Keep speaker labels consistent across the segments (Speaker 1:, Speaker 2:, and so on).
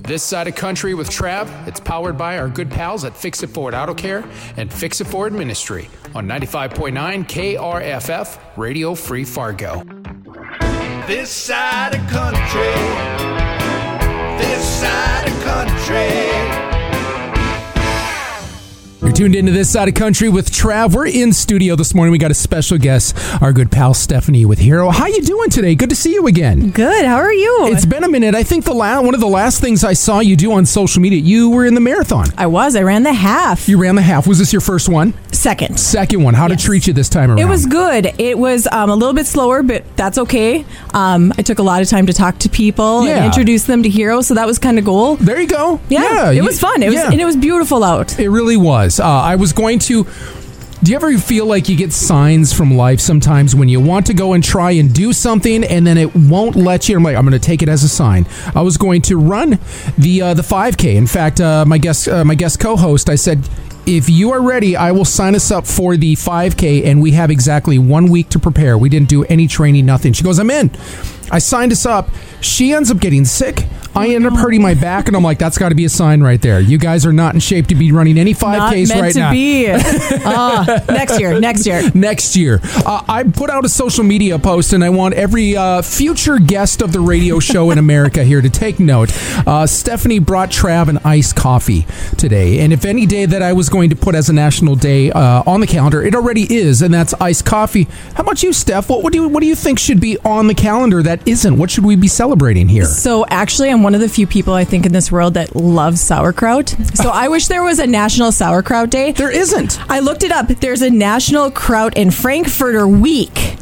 Speaker 1: This side of country with Trav, it's powered by our good pals at Fix It Forward Auto Care and Fix It Forward Ministry on 95.9 KRFF, Radio Free Fargo.
Speaker 2: This side of country. This side of country.
Speaker 3: You're tuned into this side of country with Trav. We're in studio this morning. We got a special guest, our good pal Stephanie with Hero. How you doing today? Good to see you again.
Speaker 4: Good. How are you?
Speaker 3: It's been a minute. I think the la- one of the last things I saw you do on social media, you were in the marathon.
Speaker 4: I was. I ran the half.
Speaker 3: You ran the half. Was this your first one?
Speaker 4: Second.
Speaker 3: Second one. How did it
Speaker 4: Yes.
Speaker 3: treat you this time around?
Speaker 4: It was good. It was um, a little bit slower, but that's okay. Um, I took a lot of time to talk to people
Speaker 3: Yeah.
Speaker 4: and introduce them to Hero, so that was kind of goal.
Speaker 3: There you go.
Speaker 4: Yeah, it
Speaker 3: you-
Speaker 4: was fun. It was
Speaker 3: yeah.
Speaker 4: and it was beautiful out.
Speaker 3: It really was. Uh, I was going to. Do you ever feel like you get signs from life sometimes when you want to go and try and do something and then it won't let you? I'm like, I'm going to take it as a sign. I was going to run the uh, the 5K. In fact, uh, my guest uh, my guest co-host, I said, if you are ready, I will sign us up for the 5K, and we have exactly one week to prepare. We didn't do any training, nothing. She goes, I'm in. I signed us up. She ends up getting sick. I end up hurting my back, and I'm like, that's got to be a sign right there. You guys are not in shape to be running any 5Ks
Speaker 4: Not meant
Speaker 3: right
Speaker 4: to
Speaker 3: now
Speaker 4: be. Ah, next year. Next year.
Speaker 3: next year. Uh, I put out a social media post, and I want every uh, future guest of the radio show in America here to take note. Uh, Stephanie brought Trav an iced coffee today, and if any day that I was going to put as a national day uh, on the calendar, it already is, and that's iced coffee. How about you, Steph? What, what do you what do you think should be on the calendar that isn't? What should we be celebrating here?
Speaker 4: So actually, I'm one of the few people I think in this world that loves sauerkraut. So I wish there was a National Sauerkraut Day.
Speaker 3: There isn't.
Speaker 4: I looked it up. There's a National Kraut and Frankfurter Week,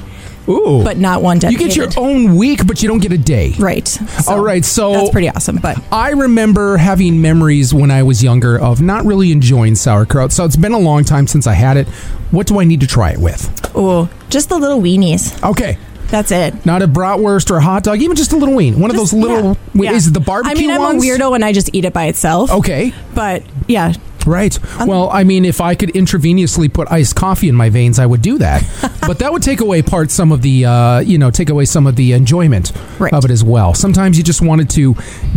Speaker 3: Ooh,
Speaker 4: but not one
Speaker 3: you
Speaker 4: dedicated.
Speaker 3: get your own week, but you don't get a day.
Speaker 4: Right. So
Speaker 3: All right, so
Speaker 4: that's pretty awesome. But
Speaker 3: I remember having memories when I was younger of not really enjoying sauerkraut, so it's been a long time since I had it. What do I need to try it with?
Speaker 4: oh, just the little weenies.
Speaker 3: Okay,
Speaker 4: That's it.
Speaker 3: not a bratwurst or a hot dog, even just a little ween. One of
Speaker 4: Just-
Speaker 3: those little
Speaker 4: yeah,
Speaker 3: wee-
Speaker 4: yeah.
Speaker 3: is it the barbecue
Speaker 4: I mean, I'm
Speaker 3: ones? Oh.
Speaker 4: a weirdo and I just eat it by itself.
Speaker 3: Okay,
Speaker 4: But yeah,
Speaker 3: right. well, I mean, if I could intravenously put iced coffee in my veins, I would do that. but that would take away part some of the, uh, you know, take away some of the enjoyment
Speaker 4: Right.
Speaker 3: of it as well. Sometimes you just wanted to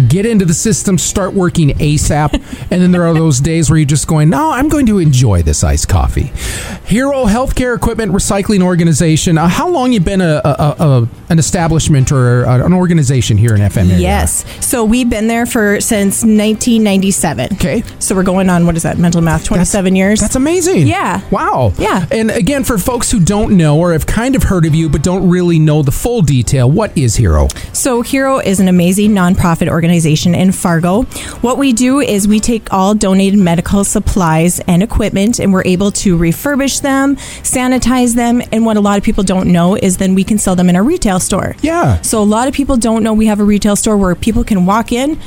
Speaker 3: get into the system, start working ASAP, and then there are those days where you're just going, no, I'm going to enjoy this iced coffee. Hero Healthcare Equipment Recycling Organization. Uh, how long you been a, a, a an establishment or a, an organization here in FM? area?
Speaker 4: yes. So we've been there for since 1997.
Speaker 3: Okay.
Speaker 4: So we're going on what is that? Mental math. 27 years.
Speaker 3: That's amazing.
Speaker 4: Yeah.
Speaker 3: Wow.
Speaker 4: Yeah.
Speaker 3: And again, for folks who don't know or have kind of heard of you but don't really know the full detail, what is Hero?
Speaker 4: So, Hero is an amazing nonprofit organization in Fargo. What we do is we take all donated medical supplies and equipment and we're able to refurbish them, sanitize them, and what a lot of people don't know is then we can sell them in a retail store.
Speaker 3: Yeah.
Speaker 4: So, a lot of people don't know we have a retail store where people can walk in,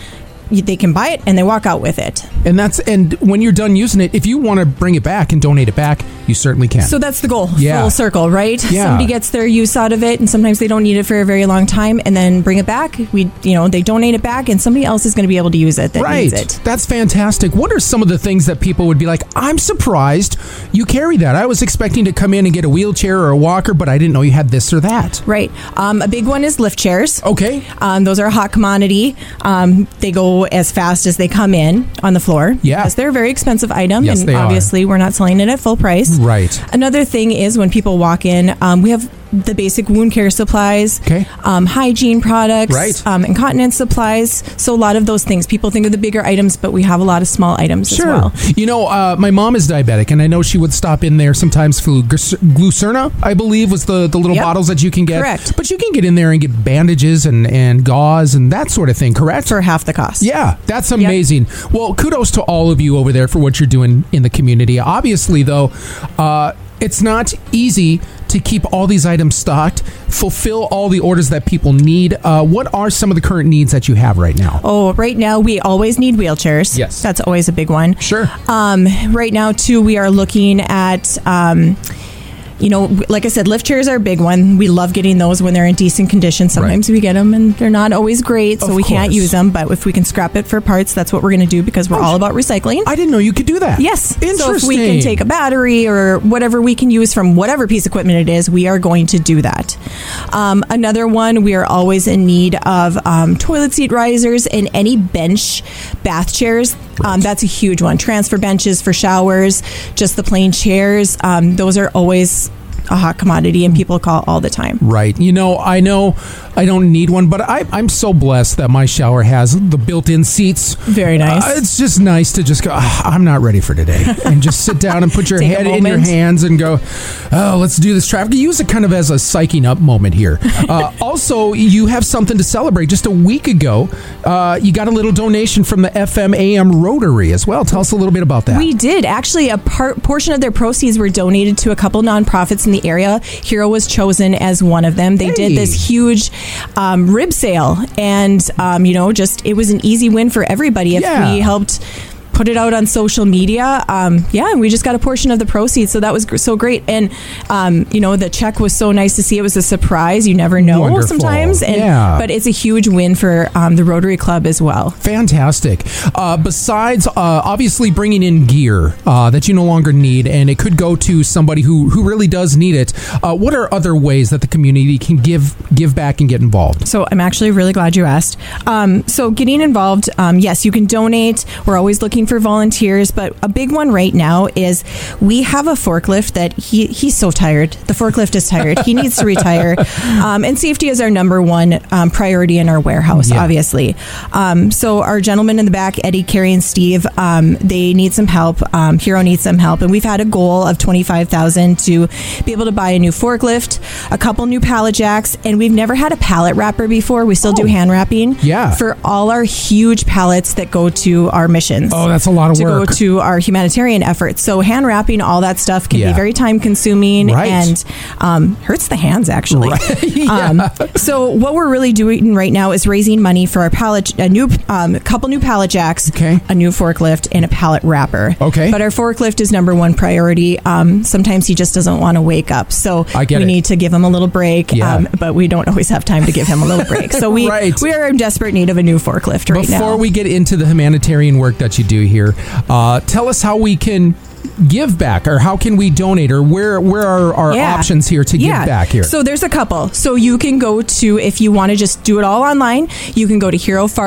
Speaker 4: y- they can buy it, and they walk out with it.
Speaker 3: And that's and when you're done using it, if you want to bring it back and donate it back, you certainly can.
Speaker 4: So that's the goal.
Speaker 3: Yeah.
Speaker 4: Full circle, right?
Speaker 3: Yeah.
Speaker 4: Somebody gets their use out of it and sometimes they don't need it for a very long time and then bring it back. We you know, they donate it back and somebody else is going to be able to use it that
Speaker 3: right.
Speaker 4: needs it.
Speaker 3: That's fantastic. What are some of the things that people would be like, I'm surprised you carry that. I was expecting to come in and get a wheelchair or a walker, but I didn't know you had this or that.
Speaker 4: Right. Um, a big one is lift chairs.
Speaker 3: Okay.
Speaker 4: Um, those are a hot commodity. Um, they go as fast as they come in on the floor.
Speaker 3: Yeah.
Speaker 4: Yes, they're a very expensive item.
Speaker 3: Yes,
Speaker 4: and
Speaker 3: they are.
Speaker 4: obviously, we're not selling it at full price.
Speaker 3: Right.
Speaker 4: Another thing is when people walk in, um, we have the basic wound care supplies,
Speaker 3: Okay.
Speaker 4: um, hygiene products,
Speaker 3: Right.
Speaker 4: um, incontinence supplies. So, a lot of those things. People think of the bigger items, but we have a lot of small items as well.
Speaker 3: You know, uh, my mom is diabetic, and I know she would stop in there sometimes for gluc- Glucerna, I believe, was the, the little
Speaker 4: Yep.
Speaker 3: bottles that you can get.
Speaker 4: Correct.
Speaker 3: But you can get in there and get bandages and, and gauze and that sort of thing, correct?
Speaker 4: For half the cost.
Speaker 3: Yeah, that's amazing. Well, kudos to all of you over there for what you're doing in the community. Obviously, though, uh, it's not easy to keep all these items stocked, fulfill all the orders that people need. Uh, what are some of the current needs that you have right now?
Speaker 4: Oh, right now we always need wheelchairs.
Speaker 3: Yes.
Speaker 4: That's always a big one.
Speaker 3: Sure.
Speaker 4: Um, right now, too, we are looking at um, you know, w- like I said, lift chairs are a big one. We love getting those when they're in decent condition. Sometimes we get them and they're not always great, so
Speaker 3: Of
Speaker 4: we can't
Speaker 3: course. Oh,
Speaker 4: use them. But if we can scrap it for parts, that's what we're going to do because we're all about recycling.
Speaker 3: I didn't know you could do that.
Speaker 4: Yes.
Speaker 3: Interesting.
Speaker 4: So if we can take a battery or whatever we can use from whatever piece of equipment it is, we are going to do that. Um, another one, we are always in need of um, toilet seat risers and any bench bath chairs. Um, that's a huge one. Transfer benches for showers, just the plain chairs. Um, those are always a hot commodity and people call all the time.
Speaker 3: Right. You know, I know I don't need one, but I, I'm so blessed that my shower has the built in seats.
Speaker 4: Very nice.
Speaker 3: Uh, it's just nice to just go, "Ah, I'm not ready for today. And just sit down and put your
Speaker 4: Take a
Speaker 3: head in your
Speaker 4: moment.
Speaker 3: hands and go, oh, let's do this traffic. You use it kind of as a psyching up moment here. Uh, also, you have something to celebrate. Just a week ago, uh, you got a little donation from the FMAM Rotary as well. Tell us a little bit about that.
Speaker 4: We did actually. A part, portion of their proceeds were donated to a couple nonprofits in the area. Hero was chosen as one of them. They
Speaker 3: Hey.
Speaker 4: did this huge um, rib sale, and um, you know, just it was an easy win for everybody if
Speaker 3: Yeah.
Speaker 4: we helped. Put it out on social media, um, yeah, and we just got a portion of the proceeds, so that was gr- so great. And um, you know, the check was so nice to see; it was a surprise. You never know
Speaker 3: Wonderful.
Speaker 4: sometimes, and
Speaker 3: Yeah.
Speaker 4: but it's a huge win for um, the Rotary Club as well.
Speaker 3: Fantastic. Uh, besides, uh, obviously bringing in gear uh, that you no longer need, and it could go to somebody who, who really does need it. Uh, what are other ways that the community can give give back and get involved?
Speaker 4: So I'm actually really glad you asked. Um, so getting involved, um, yes, you can donate. We're always looking for volunteers, but a big one right now is we have a forklift that he he's so tired. The forklift is tired. He needs to retire, um, and safety is our number one um, priority in our warehouse,
Speaker 3: Yeah.
Speaker 4: obviously. Um, so our gentlemen in the back, Eddie, Carrie, and Steve, um, they need some help. Um, Hero needs some help, and we've had a goal of twenty five thousand to be able to buy a new forklift, a couple new pallet jacks, and we've never had a pallet wrapper before. We still do hand wrapping,
Speaker 3: Oh. Yeah.
Speaker 4: for all our huge pallets that go to our missions.
Speaker 3: Oh, that's a lot of
Speaker 4: to
Speaker 3: work.
Speaker 4: go to our humanitarian efforts. So hand wrapping, all that stuff can
Speaker 3: Yeah.
Speaker 4: be very time consuming
Speaker 3: Right.
Speaker 4: and um, hurts the hands actually.
Speaker 3: Yeah.
Speaker 4: um, so what we're really doing right now is raising money for our pallet, a new um, couple new pallet jacks,
Speaker 3: Okay.
Speaker 4: a new forklift, and a pallet wrapper.
Speaker 3: Okay.
Speaker 4: but our forklift is number one priority. Um, sometimes he just doesn't want to wake up, so
Speaker 3: I get
Speaker 4: we
Speaker 3: it.
Speaker 4: need to give him a little break. um,
Speaker 3: Yeah.
Speaker 4: but we don't always have time to give him a little break. So we
Speaker 3: Right.
Speaker 4: we are in desperate need of a new forklift right now.
Speaker 3: Before we get into the humanitarian work that you do here, uh, tell us how we can give back, or how can we donate, or where where are our
Speaker 4: Yeah.
Speaker 3: options here to
Speaker 4: Yeah.
Speaker 3: give back here?
Speaker 4: So there's a couple. So you can go to, if you want to just do it all online, you can go to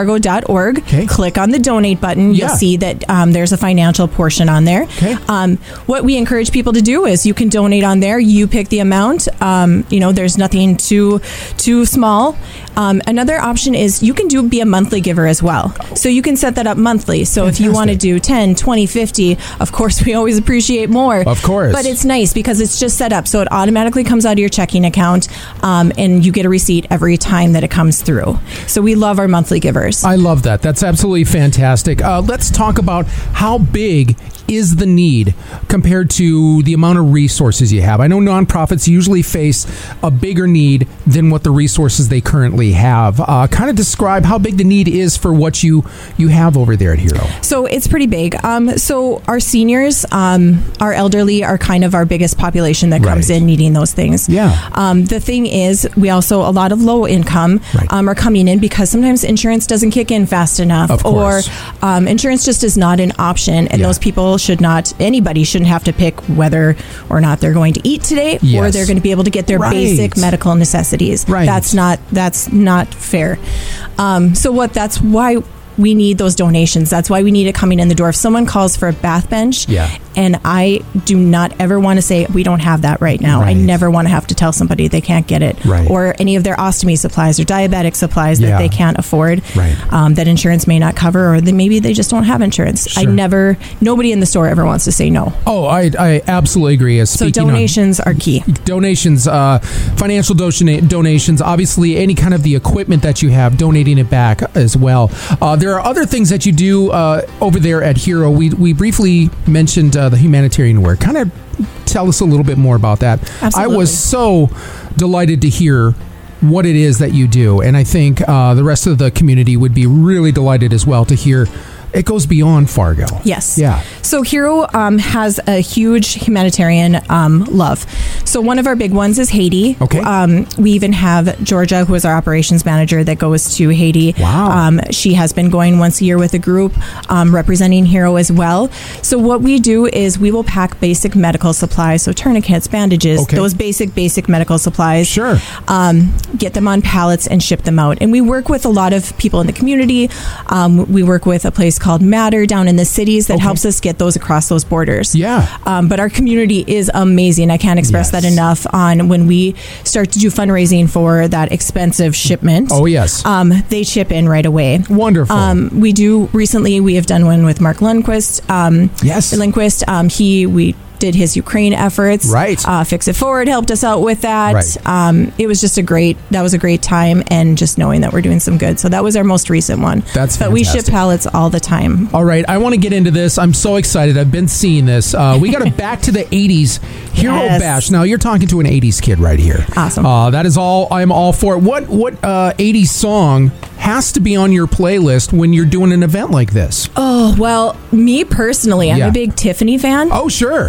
Speaker 4: herofargo.org,
Speaker 3: Okay.
Speaker 4: click on the donate button.
Speaker 3: Yeah.
Speaker 4: You'll see that um, there's a financial portion on there.
Speaker 3: Okay.
Speaker 4: Um, what we encourage people to do is you can donate on there, you pick the amount. Um, you know, there's nothing too too small. Um, another option is you can do be a monthly giver as well. So you can set that up monthly. So if you want to
Speaker 3: Fantastic.
Speaker 4: do 10, 20, 50, of course we always appreciate more.
Speaker 3: Of course.
Speaker 4: But it's nice because it's just set up so it automatically comes out of your checking account um, and you get a receipt every time that it comes through. So we love our monthly givers.
Speaker 3: I love that. That's absolutely fantastic. Uh, let's talk about how big is the need compared to the amount of resources you have. I know nonprofits usually face a bigger need than what the resources they currently have. Uh, kind of describe how big the need is for what you you have over there at Hero.
Speaker 4: So it's pretty big. Um, so our seniors, um, our elderly are kind of our biggest population that comes
Speaker 3: Right.
Speaker 4: in needing those things.
Speaker 3: Yeah.
Speaker 4: Um, the thing is, we also, a lot of low income
Speaker 3: Right.
Speaker 4: um, are coming in because sometimes insurance doesn't kick in fast enough
Speaker 3: Of
Speaker 4: or
Speaker 3: course.
Speaker 4: um, insurance just is not an option. And
Speaker 3: Yeah.
Speaker 4: those people should not, anybody shouldn't have to pick whether or not they're going to eat today or
Speaker 3: Yes.
Speaker 4: they're going to be able to get their
Speaker 3: Right.
Speaker 4: basic medical necessities.
Speaker 3: Right.
Speaker 4: That's not, that's not fair. Um, so what, that's why we need those donations. That's why we need it coming in the door. If someone calls for a bath bench
Speaker 3: Yeah.
Speaker 4: and I do not ever want to say we don't have that right now. I
Speaker 3: Right.
Speaker 4: never want to have to tell somebody they can't get it
Speaker 3: Right.
Speaker 4: or any of their ostomy supplies or diabetic supplies
Speaker 3: Yeah.
Speaker 4: that they can't afford
Speaker 3: Right.
Speaker 4: um, that insurance may not cover or they, maybe they just don't have insurance. I
Speaker 3: Sure.
Speaker 4: never, nobody in the store ever wants to say no.
Speaker 3: Oh, I, I absolutely agree. As
Speaker 4: So
Speaker 3: speaking on-
Speaker 4: donations are key.
Speaker 3: donations, uh, financial dona- donations, obviously any kind of the equipment that you have, donating it back as well. Uh, there are other things that you do uh, over there at Hero. We we briefly mentioned uh, the humanitarian work. Kind of tell us a little bit more about that. I
Speaker 4: Absolutely.
Speaker 3: was so delighted to hear. What it is that you do, and I think uh, the rest of the community would be really delighted as well to hear It goes beyond Fargo.
Speaker 4: Yes.
Speaker 3: Yeah.
Speaker 4: So Hero um, has a huge humanitarian um, love. So one of our big ones is Haiti.
Speaker 3: Okay.
Speaker 4: Um, we even have Georgia, who is our operations manager that goes to Haiti.
Speaker 3: Wow.
Speaker 4: Um, she has been going once a year with a group um, representing Hero as well. So what we do is we will pack basic medical supplies, so tourniquets, bandages,
Speaker 3: Okay.
Speaker 4: those basic basic medical supplies
Speaker 3: Sure.
Speaker 4: um, get them on pallets and ship them out. And we work with a lot of people in the community. Um, we work with a place called Matter down in the cities that
Speaker 3: Okay.
Speaker 4: helps us get those across those borders.
Speaker 3: Yeah.
Speaker 4: Um, but our community is amazing. I can't express
Speaker 3: Yes.
Speaker 4: that enough on when we start to do fundraising for that expensive shipment.
Speaker 3: Oh, yes.
Speaker 4: Um, they chip in right away.
Speaker 3: Wonderful.
Speaker 4: Um, we do recently, we have done one with Mark Lundquist. Um,
Speaker 3: Yes.
Speaker 4: Lindquist, um, he, we did his Ukraine efforts.
Speaker 3: Right.
Speaker 4: Uh, Fix It Forward helped us out with that.
Speaker 3: Right.
Speaker 4: Um, it was just a great, that was a great time and just knowing that we're doing some good. So that was our most recent one.
Speaker 3: That's
Speaker 4: But we ship
Speaker 3: fantastic.
Speaker 4: pallets all the time.
Speaker 3: All right, I want to get into this. I'm so excited. I've been seeing this. Uh, we got a back to the 80s hero
Speaker 4: Yes.
Speaker 3: bash. Now you're talking to an 80s kid right here.
Speaker 4: Awesome.
Speaker 3: Uh, that is all. I'm all for it. What what uh, 80s song has to be on your playlist when you're doing an event like this?
Speaker 4: Oh, well, me personally, I'm
Speaker 3: Yeah.
Speaker 4: a big Tiffany fan.
Speaker 3: Oh sure.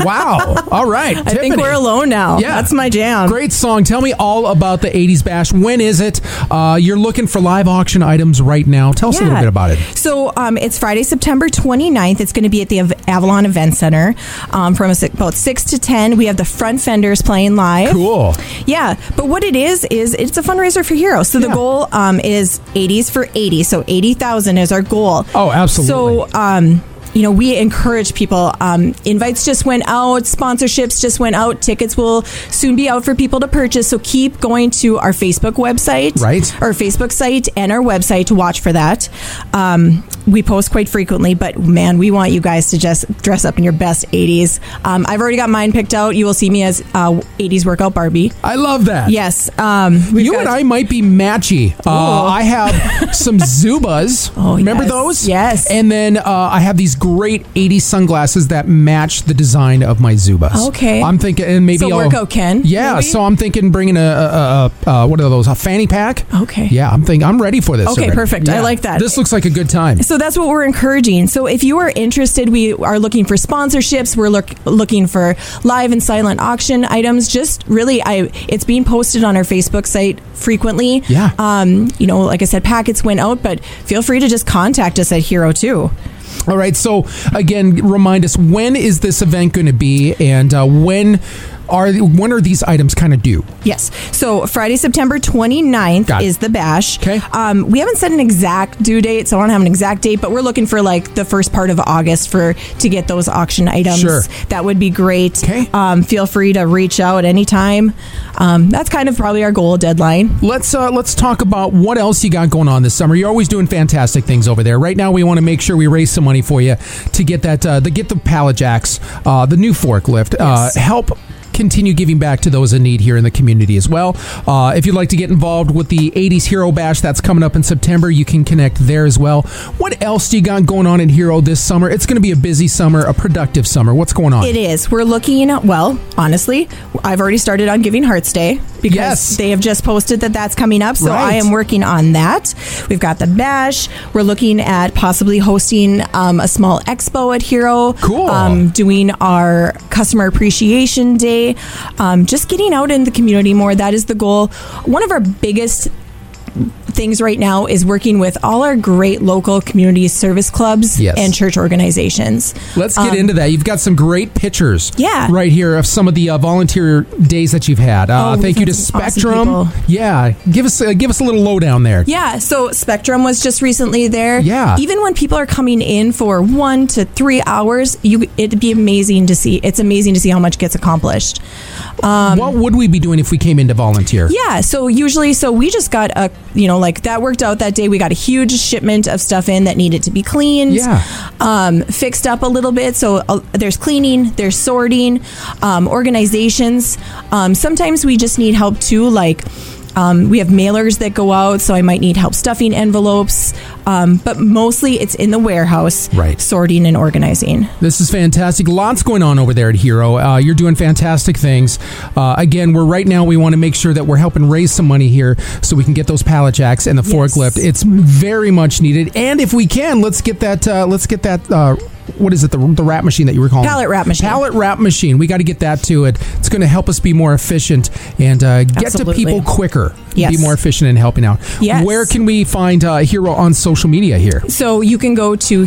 Speaker 3: wow. All right.
Speaker 4: I think we're alone now. That's my jam.
Speaker 3: Great song. Tell me all about the 80s bash. When is it? Uh, you're looking for live auction items right now. Tell us a little
Speaker 4: Yeah.
Speaker 3: bit about it.
Speaker 4: So um, it's Friday, September 29th. It's going to be at the Av- Avalon Event Center um, from a si- about 6 to 10. We have the front fenders playing live.
Speaker 3: Cool.
Speaker 4: Yeah, but what it is is it's a fundraiser for heroes. So
Speaker 3: Yeah.
Speaker 4: the goal um, is 80s for 80. So 80,000 is our goal.
Speaker 3: Oh, absolutely.
Speaker 4: So um, you know, we encourage people. Um, invites just went out, sponsorships just went out, tickets will soon be out for people to purchase. So keep going to our Facebook website,
Speaker 3: Right.
Speaker 4: Our Facebook site and our website to watch for that. Um, we post quite frequently, but man, we want you guys to just dress up in your best 80s. Um, I've already got mine picked out. You will see me as uh, 80s workout Barbie.
Speaker 3: I love that.
Speaker 4: Yes. Um, we've
Speaker 3: You
Speaker 4: got-
Speaker 3: and I might be matchy. Uh, I have some Zubas.
Speaker 4: Oh,
Speaker 3: remember
Speaker 4: yes.
Speaker 3: those?
Speaker 4: Yes.
Speaker 3: And then uh, I have these great '80s sunglasses that match the design of my Zubas.
Speaker 4: Okay.
Speaker 3: I'm thinking, and maybe
Speaker 4: So
Speaker 3: I'll,
Speaker 4: workout Ken,
Speaker 3: Yeah.
Speaker 4: maybe?
Speaker 3: So I'm thinking bringing a, a, a, a what are those? A fanny pack.
Speaker 4: Okay.
Speaker 3: Yeah. I'm thinking I'm ready for this.
Speaker 4: Okay,
Speaker 3: already.
Speaker 4: perfect. I
Speaker 3: Yeah.
Speaker 4: like that.
Speaker 3: This looks like a good time.
Speaker 4: So that's what we're encouraging. So if you are interested, we are looking for sponsorships. We're look, looking for live and silent auction items. Just really, I it's being posted on our Facebook site frequently.
Speaker 3: Yeah.
Speaker 4: Um, you know, like I said, packets went out, but feel free to just contact us at Hero Two.
Speaker 3: All right. So again, remind us when is this event going to be, and uh, when are when are these items kind of due?
Speaker 4: Yes. So Friday, September 29th
Speaker 3: Got it.
Speaker 4: is the bash.
Speaker 3: Okay.
Speaker 4: Um, we haven't set an exact due date, so I don't have an exact date, but we're looking for like the first part of August for to get those auction items.
Speaker 3: Sure.
Speaker 4: That would be great.
Speaker 3: Okay.
Speaker 4: Um, feel free to reach out anytime. Um, that's kind of probably our goal deadline.
Speaker 3: Let's uh, let's talk about what else you got going on this summer. You're always doing fantastic things over there. Right now, we want to make sure we raise some money for you to get that uh, the get the pallet jacks, uh, the new forklift,
Speaker 4: Yes.
Speaker 3: uh, help continue giving back to those in need here in the community as well. Uh, if you'd like to get involved with the 80s Hero Bash that's coming up in September, you can connect there as well. What else do you got going on in Hero this summer? It's going to be a busy summer, a productive summer. What's going on?
Speaker 4: It is. We're looking at, well, honestly, I've already started on Giving Hearts Day because
Speaker 3: Yes.
Speaker 4: they have just posted that that's coming up. So
Speaker 3: Right.
Speaker 4: I am working on that. We've got the bash. We're looking at possibly hosting um, a small expo at Hero.
Speaker 3: Cool.
Speaker 4: Um, doing our customer appreciation day. Um, just getting out in the community more. That is the goal. One of our biggest things right now is working with all our great local community service clubs
Speaker 3: Yes.
Speaker 4: and church organizations.
Speaker 3: Let's get into that. You've got some great pictures,
Speaker 4: Um, Yeah.
Speaker 3: right here of some of the uh, volunteer days that you've had. Uh,
Speaker 4: Oh, we've
Speaker 3: thank you
Speaker 4: had
Speaker 3: to
Speaker 4: some awesome
Speaker 3: Spectrum.
Speaker 4: people.
Speaker 3: yeah, give us uh, give us a little lowdown there.
Speaker 4: Yeah, so Spectrum was just recently there.
Speaker 3: Yeah.
Speaker 4: Even when people are coming in for one to three hours, you it'd be amazing to see. It's amazing to see how much gets accomplished. um,
Speaker 3: what would we be doing if we came in to volunteer?
Speaker 4: Yeah, so usually, so we just got a, you know, like that worked out that day. We got a huge shipment of stuff in that needed to be cleaned,
Speaker 3: Yeah.
Speaker 4: um, fixed up a little bit. So uh, there's cleaning, there's sorting, um, organizations. Um, sometimes we just need help too, like Um, we have mailers that go out, so I might need help stuffing envelopes. Um, but mostly it's in the warehouse,
Speaker 3: Right.
Speaker 4: sorting and organizing.
Speaker 3: This is fantastic. Lots going on over there at Hero. Uh, you're doing fantastic things. Uh, again, we're right now. We want to make sure that we're helping raise some money here so we can get those pallet jacks and the
Speaker 4: Yes.
Speaker 3: forklift. It's very much needed. And if we can, let's get that. Uh, let's get that. Uh, what is it? The, the wrap machine that you were calling
Speaker 4: Pallet wrap machine.
Speaker 3: Pallet wrap machine. We got to get that to it. It's going to help us be more efficient and uh, get
Speaker 4: Absolutely.
Speaker 3: to people quicker.
Speaker 4: Yes.
Speaker 3: Be more efficient in helping out.
Speaker 4: Yes.
Speaker 3: Where can we find uh, Hero on social media here?
Speaker 4: So you can go to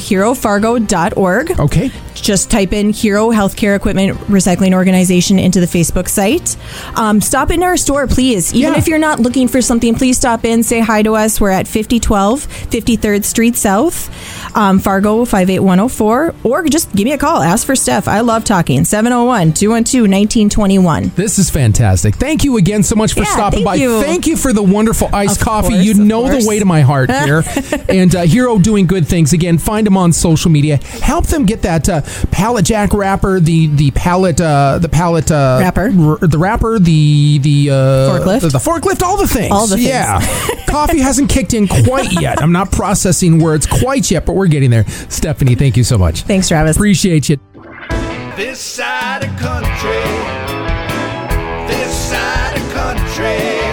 Speaker 4: herofargo.org.
Speaker 3: Okay.
Speaker 4: Just type in Hero Healthcare Equipment Recycling Organization into the Facebook site. Um, stop in our store, please. Even
Speaker 3: Yeah.
Speaker 4: if you're not looking for something, please stop in, say hi to us. We're at 5012 53rd Street South, um, Fargo 58104, or just give me a call. Ask for Steph. I love talking. 701 212 1921.
Speaker 3: This is fantastic. Thank you again so much for
Speaker 4: Yeah,
Speaker 3: stopping
Speaker 4: thank
Speaker 3: by.
Speaker 4: you.
Speaker 3: Thank you for the wonderful iced
Speaker 4: Of
Speaker 3: coffee.
Speaker 4: course,
Speaker 3: you
Speaker 4: of
Speaker 3: know
Speaker 4: course.
Speaker 3: the way to my heart here. and uh, Hero doing good things. Again, find them on social media. Help them get that uh, pallet jack wrapper, the the pallet uh, the pallet uh,
Speaker 4: Wrapper.
Speaker 3: r- the wrapper, the the uh,
Speaker 4: Forklift.
Speaker 3: the, the forklift, all the things.
Speaker 4: All the things.
Speaker 3: Yeah, coffee hasn't kicked in quite yet. I'm not processing words quite yet, but we're getting there. Stephanie, thank you so much.
Speaker 4: Thanks, Travis.
Speaker 3: Appreciate you.
Speaker 2: This side of country. This side of country.